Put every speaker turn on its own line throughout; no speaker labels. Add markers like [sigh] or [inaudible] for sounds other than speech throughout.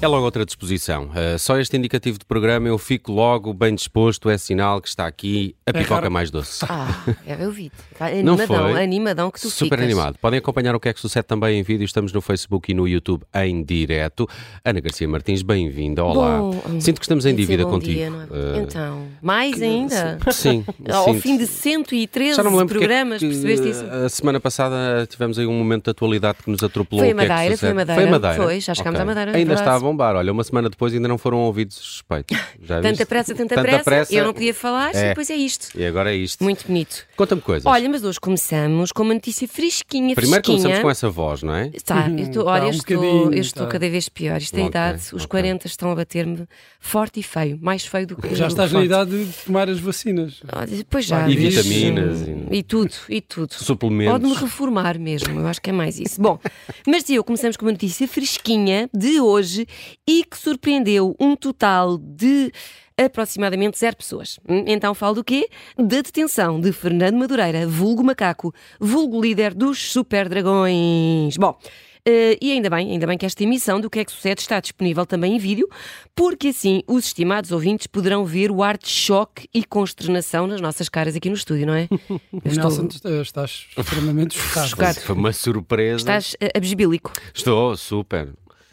É logo outra disposição. Ah, só este indicativo de programa eu fico logo bem disposto, é sinal que está aqui
É
a pipoca mais doce.
Ah, eu vi-te. Está
Não
Animadão,
foi?
animadão que tu
Super
ficas.
animado. Podem acompanhar o que é que sucede também em vídeo. Estamos no Facebook e no YouTube em direto. Ana Garcia Martins, bem-vinda. Olá.
Bom,
Sinto que estamos em
Tem que ser
dívida
bom
contigo.
dia, não é?
Ah,
Então, mais ainda?
Sim.
[laughs] Ao
sinto.
fim de 113
Já não me lembro porque é
programas,
que
percebeste isso?
A semana passada tivemos aí um momento de atualidade que nos atropelou.
Foi a
O que é que
Madeira, foi a
sucede?
Madeira.
Foi a Madeira.
Foi, já chegámos
Ok.
à Madeira, é
Ainda
verdade.
está a bombar. Olha, uma semana depois ainda não foram ouvidos os
[laughs]
suspeitos. Já
Tanta
viste?
pressa, tanta, pressa, Eu não podia falar e depois é isto.
E agora é isto.
Muito bonito.
Conta-me coisas.
Olha, mas hoje começamos com uma notícia fresquinha,
Primeiro
fresquinha.
começamos com essa voz, não é?
Está, eu estou, olha,
tá, um
eu estou,
bocadinho,
eu estou
tá.
cada vez pior. Isto é
Ok,
idade, os
ok.
40 estão a bater-me forte e feio, mais feio do que
Já
do que
estás na
forte.
idade de tomar as vacinas.
Olha, Pois já.
E
mas-
vitaminas e-
E, tudo, e tudo.
Suplementos.
Pode-me reformar mesmo, eu acho que é mais isso. Bom, mas e eu começamos com uma notícia fresquinha de hoje e que surpreendeu um total de aproximadamente zero pessoas. Hum, Então falo do quê? Da detenção de Fernando Madureira, vulgo macaco, vulgo líder dos Super Dragões. Bom, eh, e ainda bem, ainda bem que esta emissão do que é que sucede está disponível também em vídeo, porque assim os estimados ouvintes poderão ver o ar de choque e consternação nas nossas caras aqui no estúdio, não é? Eu estou-
Nelson, tu eh, estás extremamente chocado.
Chocado.
Foi uma surpresa.
Estás eh, absbílico.
Estou super.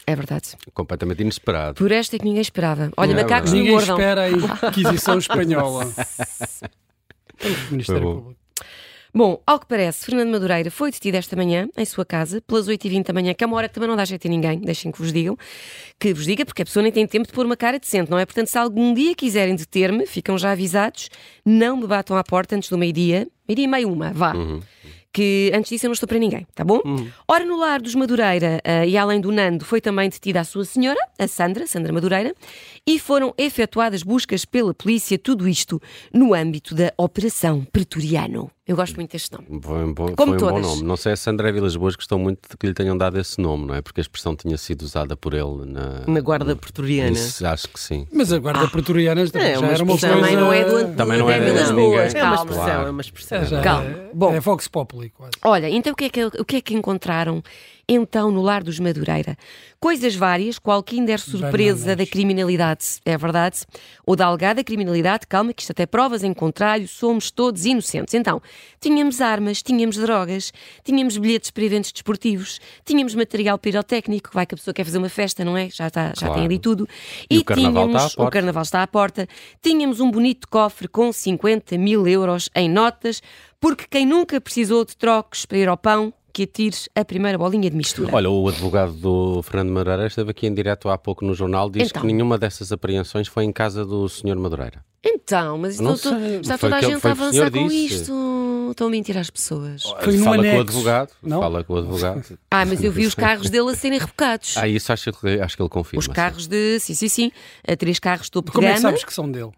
É verdade.
Completamente inesperado.
Por esta é que ninguém esperava. Olha,
Não é
macacos não
Ninguém
mordam.
espera a Inquisição
[laughs]
Espanhola. Ministério
Foi bom.
Público.
Bom, ao que parece, Fernando Madureira foi detido esta manhã em sua casa, pelas 8h20 da manhã, que é uma hora que também não dá jeito a ninguém, deixem que vos digam, que vos diga, porque a pessoa nem tem tempo de pôr uma cara decente, não é? Portanto, se algum dia quiserem deter-me, ficam já avisados, não me batam à porta antes do meio-dia, meio-dia e meio uma, vá. Que antes disso eu não estou para ninguém, tá bom? Ora, no lar dos Madureira eh, e além do Nando, foi também detida a sua senhora, a Sandra, Sandra Madureira, e foram efetuadas buscas pela polícia, tudo isto no âmbito da Operação Pretoriano. Eu gosto muito deste nome.
Foi um bom,
Como
foi um bom
todas.
nome. Não sei se André Vilas Boas gostou muito de que lhe tenham dado esse nome, não é? Porque a expressão tinha sido usada por ele na.
Na guarda pretoriana.
Isso, acho que sim.
Mas a
Ah.
guarda pretoriana já
É, uma
era uma coisa...
expressão.
Também não é do António
Também não é
Vilas
de ninguém.
Boas,
É uma
calma.
expressão,
Claro.
é uma
É, já
expressão.
é-
Calma. Bom.
É Vox Populi, quase.
Olha, então o que, é que, o que é que encontraram então no lar dos Madureira? Coisas várias, qual Kinder surpresa
Bananas.
da criminalidade, é verdade? Ou da alegada criminalidade, calma, que isto até provas em contrário, somos todos inocentes. Então, tínhamos armas, tínhamos drogas, tínhamos bilhetes para eventos desportivos, tínhamos material pirotécnico, vai que a pessoa quer fazer uma festa, não é? Já, está, já
Claro.
tem ali tudo.
E o carnaval está à
tínhamos- o
porta.
carnaval está à porta. Tínhamos um bonito cofre com 50 mil euros em notas, porque quem nunca precisou de trocos para ir ao pão, que atires a primeira bolinha de mistura.
Olha, o advogado do Fernando Madureira esteve aqui em direto há pouco no jornal, diz
Então.
que nenhuma dessas apreensões foi em casa do Sr. Madureira.
Então, mas
Não
estou-
sei,
estou- está
foi
toda a
aquele-
gente
foi
a
o que o senhor
avançar com
disse.
isto. Estão a mentir às pessoas.
Foi num
fala com o
anexo,
advogado,
não?
fala com o advogado.
[laughs]
Ah, mas eu vi os carros dele a serem rebocados.
Ah, isso acho que, acho que ele confirma.
Os
sim.
carros de. Sim, sim, sim. A três carros topo
Como
de
é que
gama.
sabes que são dele?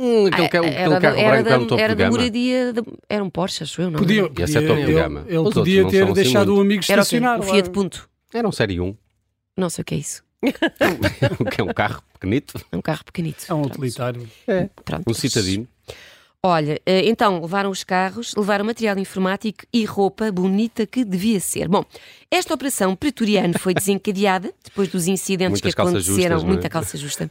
Hum, aquele, ca-
Ah, Era
aquele
da-
carro
era
branco
da-
é um topo
era
de
da
gama.
moradia. de- Era um Porsche, acho eu, não?
Podia,
Esse é
podia,
topo de
ele,
gama. Os
ele
outros
podia
não
ter
são assim
deixado
muito.
o amigo
Era o, quê?
estacionar
um
lá.
Fiat Punto.
Era um [laughs] série
[laughs]
1,
Não sei o que é isso.
que é um carro pequenito,
É um carro pequenito.
É um
Pronto.
utilitário.
Pronto.
um citadino.
Olha, eh, então levaram os carros, levaram material informático e roupa bonita que devia ser. Bom, esta operação pretoriano foi desencadeada depois dos incidentes
Muitas
que
calças
aconteceram.
justas, não é?
muita calça justa.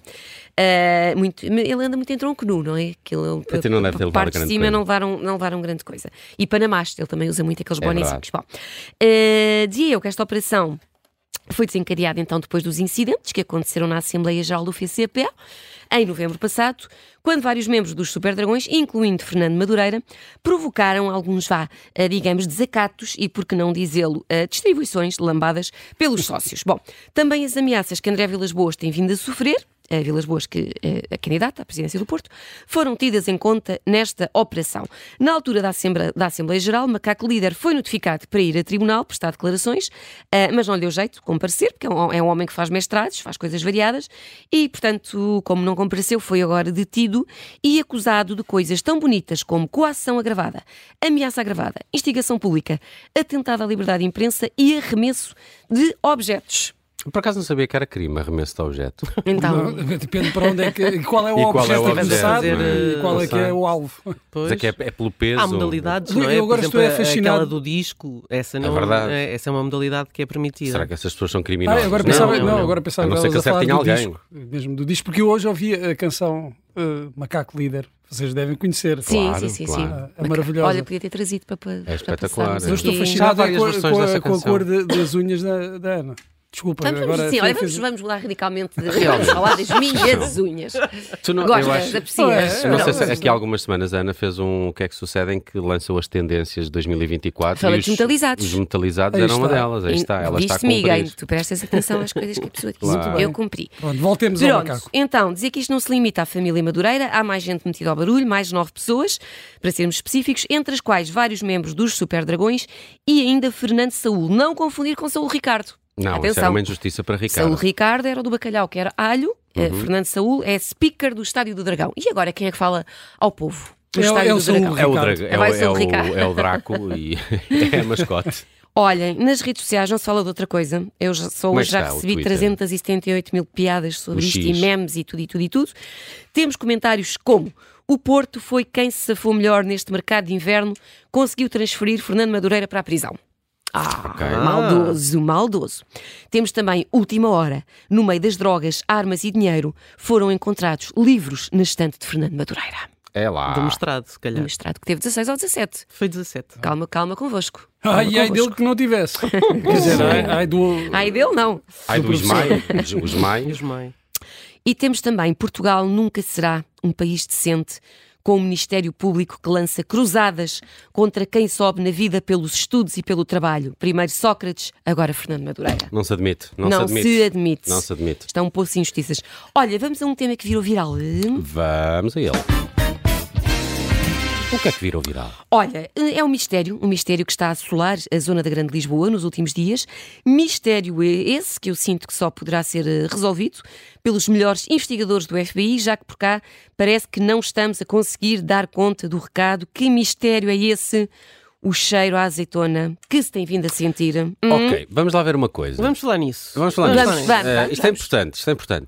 Eh, muito- ele anda muito em tronco nu, não é? Aquilo,
Até não deve ter
por
levado
parte de
grande
cima
coisa.
não levaram, não levaram grande coisa. E Panamás, ele também usa muito aqueles
É
bonezinhos. Bom, eh, dizia eu que esta operação foi desencadeada então depois dos incidentes que aconteceram na Assembleia Geral do FCP em novembro passado, quando vários membros dos Super Dragões, incluindo Fernando Madureira, provocaram alguns, vá, eh, digamos, desacatos e, por que não dizê-lo, eh, distribuições lambadas pelos sócios. Bom, também as ameaças que André Vilas Boas tem vindo a sofrer, a Vilas Boas, que é a candidata à presidência do Porto, foram tidas em conta nesta operação. Na altura da Assembleia, da Assembleia Geral, Macaco Líder foi notificado para ir a tribunal prestar declarações, ah, mas não lhe deu jeito de comparecer, porque é um, é um homem que faz mestrados, faz coisas variadas, e, portanto, como não compareceu, foi agora detido e acusado de coisas tão bonitas como coação agravada, ameaça agravada,
[laughs]
instigação pública, atentado à liberdade de imprensa e arremesso de objetos.
Por acaso não sabia que era crime arremesso de objeto.
Então,
Não, depende para onde é que. e Qual é o
E qual é o
objeto interessado
objeto,
não é?
e qual é que é o alvo.
Pois.
Mas é que é, é pelo peso.
Há modalidades, não é?
Eu agora
Por
estou
exemplo,
é fascinado.
aquela do disco, essa não
verdade.
é, essa é uma modalidade que é permitida.
Será que essas pessoas são criminosas?
Ah, agora
Não,
pensava,
não,
não,
não.
agora
A
pensava
não
que
ser que
elas a falar
acertem
do
alguém.
disco, mesmo do disco, porque eu hoje ouvi a canção eh, Macaco Líder, vocês devem conhecer.
Sim,
Claro,
sim, sim,
claro.
sim.
Ah, É maravilhosa.
Olha, podia ter trazido para, para, para
espetacular,
passarmos
é.
eu estou
aqui.
fascinado. Há
fascinado é
várias
com, a-
versões
com a-
dessa
com a
canção.
cor de- das unhas da, da Ana. Desculpa,
Vamos, vamos,
agora
assim, olha,
fiz-
vamos,
fiz-
vamos mudar radicalmente de vamos falar das minhas unhas.
Tu não- eu
Gostas,
acho-
aprecias.
É,
Não sei
Pronto.
se aqui há algumas semanas a Ana fez um O que é que sucede em que lançou as tendências de 2024.
Falei
e
dos
os-
metalizados.
Os metalizados
Aí
era uma
está.
delas. Aí está, ela está a
Viste, Miguel,
cumprir.
tu prestas atenção às coisas que a pessoa diz.
Claro.
Eu cumpri.
Pronto, voltemos ao
Pronto,
macaco.
então, dizer que isto não se limita à família Madureira, há mais gente metida ao barulho, mais nove pessoas, para sermos específicos, entre as quais vários membros dos Super Dragões e ainda Fernando Saúl. Não confundir com Saúl Ricardo.
Não, isso era
Atenção.
uma injustiça para
Saúl
Ricardo.
Ricardo era o do bacalhau, que era alho. Eh, Fernando Saúl é speaker do Estádio do Dragão. E agora quem é que fala ao povo? do
É o- é
Estádio
o
do
Saúl.
Dragão.
É o,
Ricardo.
drag- é, o,
Vai ser
é,
o
o,
Ricardo.
é o Draco e [laughs] é a mascote.
Olhem, nas redes sociais não se fala de outra coisa. Eu já, só
Como é
hoje
que
já
está o
recebi
Twitter?
378 mil piadas
O
sobre isto
X.
e memes e tudo e tudo e tudo. Temos comentários como o Porto foi quem se safou melhor neste mercado de inverno, conseguiu transferir Fernando Madureira para a prisão. Ah,
Ok.
maldoso, maldoso. Temos também última hora. No meio das drogas, armas e dinheiro, foram encontrados livros na estante de Fernando Madureira.
É lá.
Do mestrado, se
É.
Um
calhar.
mestrado que teve 16 ou 17.
Foi 17.
Calma, calma convosco. Calma
Ai, ai
convosco.
dele que
[laughs]
não tivesse. Quer dizer, ai, ai do.
Ai dele não.
Ai, do Ismael. Os
E
Mai.
os mãe.
E temos também Portugal nunca será um país decente com o Ministério Público que lança cruzadas contra quem sobe na vida pelos estudos e pelo trabalho. Primeiro Sócrates, agora Fernando Madureira.
Não se admite. Não,
Não
se admite.
se admite.
Não se admite.
Está um pouco sem injustiças. Olha, vamos a um tema que virou viral. Hum?
Vamos a ele. O que é que virou viral?
Olha, é um mistério, um mistério que está a assolar a zona da Grande Lisboa nos últimos dias. Mistério esse que eu sinto que só poderá ser eh, resolvido pelos melhores investigadores do FBI, já que por cá parece que não estamos a conseguir dar conta do recado. Que mistério é esse? O cheiro à azeitona que se tem vindo a sentir. Hum,
Ok, vamos lá ver uma coisa.
Vamos falar nisso.
Vamos falar
Vamos,
nisso.
vamos,
Eh,
vamos,
isto é importante, isto é importante.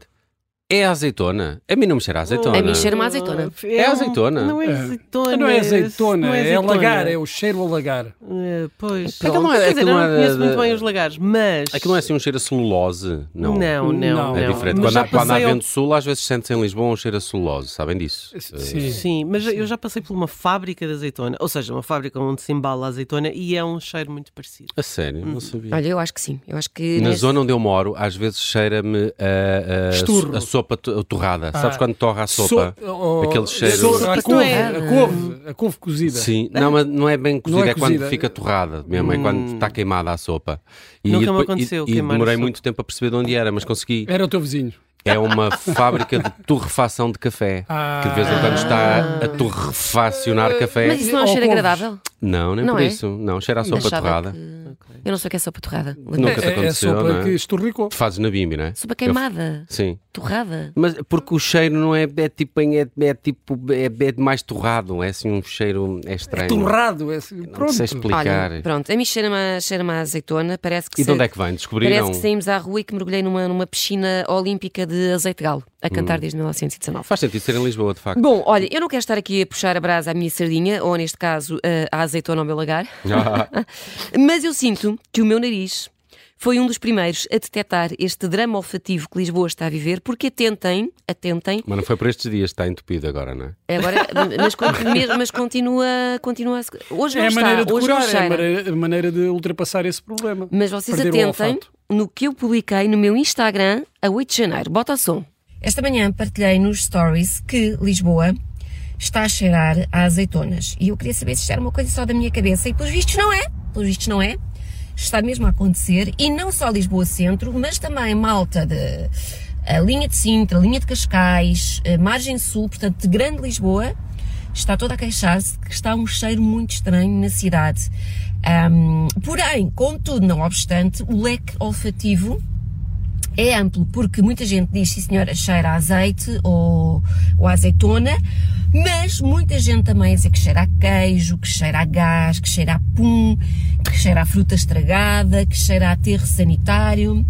É a azeitona? A mim não me cheira a azeitona.
A mim cheira- uma azeitona.
É,
a
um-
azeitona.
Não é
É.
azeitona.
Não é azeitona,
não
é
azeitona.
lagar, é o cheiro a lagar.
É, Pois.
Aquilo não é-
Quer dizer,
aquilo não
eu não
é
conheço
de-
muito bem os lagares, mas.
Aquilo não é assim um cheiro a celulose? Não.
Não, não,
Não.
não.
É diferente.
Mas
Quando,
já
há- quando há
passei ao-
vento sul, às vezes sente em Lisboa um cheiro a celulose, sabem disso? Eh,
Sim.
Sim, mas eu já passei por uma fábrica de azeitona, ou seja, uma fábrica onde se embala a azeitona e é um cheiro muito parecido.
A sério, não sabia.
Olha, eu acho que sim. Eu acho que
Na
nesse-
zona onde eu moro, às vezes cheira-me a, a-
Esturro.
a sopa to- torrada.
Ah.
Sabes quando torra a sopa?
So- oh,
Aquele cheiro.
so- a,
Mas
couve,
não é-
a couve, a couve cozida.
Sim, não, mas não é bem cozida, é,
é
quando
cozida.
fica torrada mesmo, é
Hum.
quando está queimada a sopa. E
Nunca me
depois-
aconteceu
e, e
queimar a
demorei
sopa.
muito tempo a perceber de onde era, mas consegui.
Era o teu vizinho.
É
[laughs]
uma fábrica de torrefação de café.
Ah.
Que de vez em quando está a torrefacionar café.
Ah. Mas isso não é um
Ou
cheiro
couves.
agradável?
Não, nem
Não
por
é?
isso. Não, cheira a sopa
Achava
torrada.
que- Eu não sei o que é sopa torrada.
Nunca te
É- é, a
aconteceu,
sopa
não é?
que esturricou.
Tu fazes na bimbi, não é?
Sopa queimada,
Sim.
torrada.
Mas porque o cheiro não é, é tipo, é, é tipo é, é demais torrado, é assim um cheiro é estranho.
Torrado. É assim,
Não
pronto.
sei explicar.
Olha, pronto, a mim cheira-me a, cheira-me a azeitona. Parece que
e de
se-
onde é que vem?
Parece
Descobriram.
que saímos à rua e que mergulhei numa, numa piscina olímpica de azeite galo,
Hum.
a cantar desde 1919.
Faz sentido ser em Lisboa, de facto.
Bom, olha, eu não quero estar aqui a puxar a brasa à minha sardinha, ou neste caso, a, a azeitona ao meu lagar, mas eu sinto que o meu nariz foi um dos primeiros a detectar este drama olfativo que Lisboa está a viver, porque atentem, atentem,
Mas não foi por estes dias, está entupido agora, não é?
agora, [laughs] mas, con- mesmo- mas continua, continua a se- Hoje não
É a
está,
maneira de
hoje
curar,
não
é a
cheira.
maneira, a maneira de ultrapassar esse problema.
Mas vocês
Perder o
atentem
olfato.
no que eu publiquei no meu Instagram a 8 de janeiro. Bota o som. Esta manhã partilhei nos stories que Lisboa está a cheirar a azeitonas. E eu queria saber se isto era uma coisa só da minha cabeça. E pelos vistos não é. Pelos vistos não é. Está mesmo a acontecer. E não só Lisboa Centro, mas também malta de a linha de Sintra, linha de Cascais, a margem sul, portanto de grande Lisboa está toda a queixar-se de que está um cheiro muito estranho na cidade. Ahm, porém, contudo, não obstante, o leque olfativo é amplo, porque muita gente diz, sim senhora, cheira a azeite ou, ou a azeitona, mas muita gente também diz que cheira a queijo, que cheira a gás, que cheira a pum, que cheira a fruta estragada, que cheira a aterro sanitário.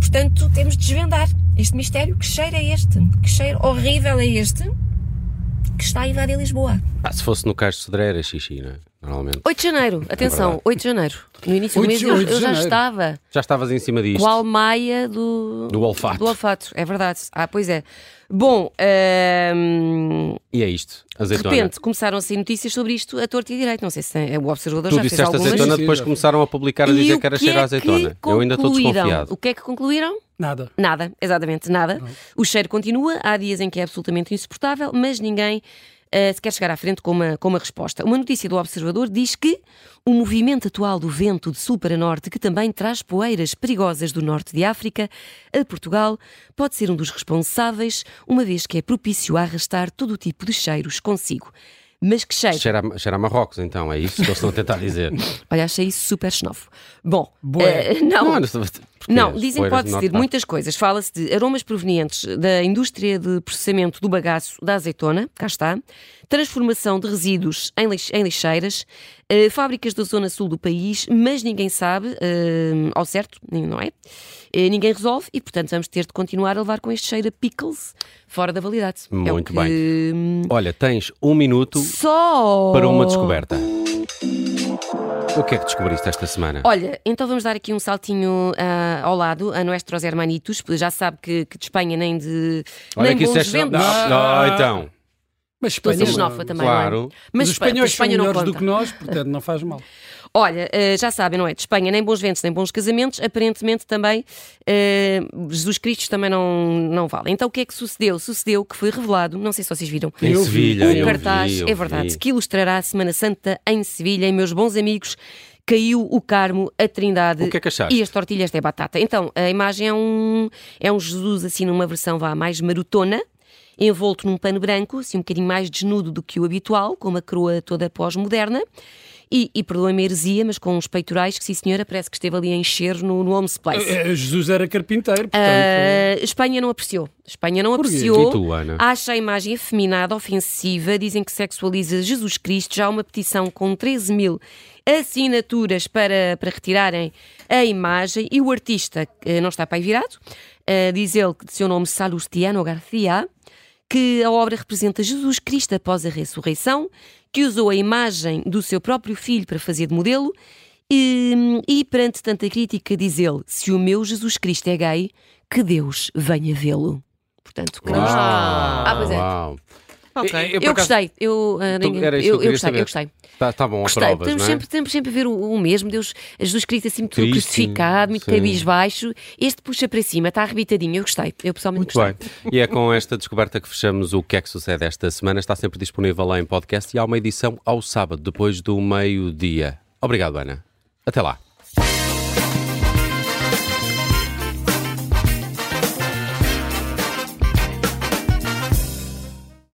Portanto, temos de desvendar este mistério. Que cheiro é este? Que cheiro horrível é este que está a invadir Lisboa?
Ah, se fosse no Cais de Sodré era xixi, não é? Normalmente.
8 de janeiro, atenção,
É verdade.
8 de janeiro. No início do
8
mês
de-
eu,
8 de
eu já
janeiro.
estava
Já estavas em cima disto.
com a almaia do,
Do olfato.
do olfato. É verdade. Ah, pois é. Bom, hum,
E é isto.
de
Azeitona.
repente começaram a sair notícias sobre isto a torto e a direito. Não sei se tem- o observador
Tu
já fez
disseste
algumas.
azeitona,
Sim,
depois
sim.
começaram a publicar a
E
dizer
o
que era
que
cheiro
é
a azeitona.
que
Eu ainda estou
concluíram?
desconfiado.
O que é que concluíram?
Nada.
Nada, exatamente nada. O cheiro continua, há dias em que é absolutamente insuportável, mas ninguém eh, se quer chegar à frente com uma, com uma resposta. Uma notícia do Observador diz que o movimento atual do vento de sul para norte, que também traz poeiras perigosas do norte de África a Portugal, pode ser um dos responsáveis, uma vez que é propício a arrastar todo o tipo de cheiros consigo. Mas que cheiro?
Cheira a, cheira a Marrocos, então, é isso que eles estão a tentar dizer.
Olha, achei isso super xenófobo. Bom,
Bué.
eh, [laughs] não,
Não, porque
Não,
as
dizem que
poeiras do
pode-se ter
norte-
muitas coisas. Fala-se de aromas provenientes da indústria de processamento do bagaço da azeitona, cá está, transformação de resíduos em, lix- em lixeiras, eh, fábricas da zona sul do país, mas ninguém sabe eh, ao certo, nin- não é? Eh, ninguém resolve e, portanto, vamos ter de continuar a levar com este cheiro a pickles fora da validade. é o
Muito
que...
Olha, tens um minuto
Só
para uma descoberta. O que é que descobriste esta semana?
Olha, então vamos dar aqui um saltinho ah, ao lado, a Nuestros Hermanitos. Já sabe que, que de Espanha nem de.
Olha
nem
que
bons
é
disseste.
ventos.
Ah,
Ah.
então,
Mas
Estou a
Espanha.
ser
não-
xenófoba também.
claro.
não é? Mas
os
Espa-
espanhóis
Espanha
são
não
melhores
conta.
do que nós, portanto não faz
[laughs]
mal.
Olha, eh, já sabem, não é? De Espanha, nem bons ventos, nem bons casamentos, aparentemente também eh, Jesus Cristo também não, não vale. Então o que é que sucedeu? Sucedeu que foi revelado, não sei se vocês viram,
em
Eu vi.
Sevilha.
um
eu
cartaz,
vi, eu
é verdade,
vi.
que ilustrará a Semana Santa em Sevilha. E meus bons amigos, caiu o Carmo, a Trindade
O que é que achaste?
e as tortilhas de batata. Então, a imagem é um, é um Jesus assim numa versão vá mais marotona, envolto num pano branco, assim um bocadinho mais desnudo do que o habitual, com uma coroa toda pós-moderna. E, e perdoem-me a heresia, mas com uns peitorais que, sim senhora, parece que esteve ali a encher no, no Homes Place.
É,
Eh, eh, Jesus era carpinteiro, portanto.
Ah, Espanha não apreciou. Espanha não
Porquê?
apreciou.
E tu, Ana?
Acha a imagem efeminada, ofensiva. Dizem que sexualiza Jesus Cristo. Já há uma petição com 13 mil assinaturas para, para retirarem a imagem. E o artista eh, não está para aí virado. Ah, diz ele que de seu nome Salustiano Garcia. Que a obra representa Jesus Cristo após a ressurreição, que usou a imagem do seu próprio filho para fazer de modelo e, e perante tanta crítica, diz ele: se o meu Jesus Cristo é gay, que Deus venha vê-lo. Portanto, que não
Uau,
está.
Ah,
pois é.
uau.
Ok.
Eu,
Eu,
por acaso,
gostei, eu, ah,
tu-
ninguém-
era isso
eu,
que eu
eu
queria
gostei,
saber.
eu gostei.
Está tá bom a
Gostei,
provas,
estamos
não é?
sempre, estamos sempre a ver o, o mesmo, Deus, Jesus Cristo assim muito
Triste,
crucificado, muito
sim.
cabisbaixo. Este puxa para cima, está arrebitadinho, eu gostei, eu
Muito
pessoalmente gostei.
bem. E é com esta descoberta que fechamos o que é que sucede esta semana. Está sempre disponível lá em podcast e há uma edição ao sábado, depois do meio-dia. Obrigado, Ana. Até lá.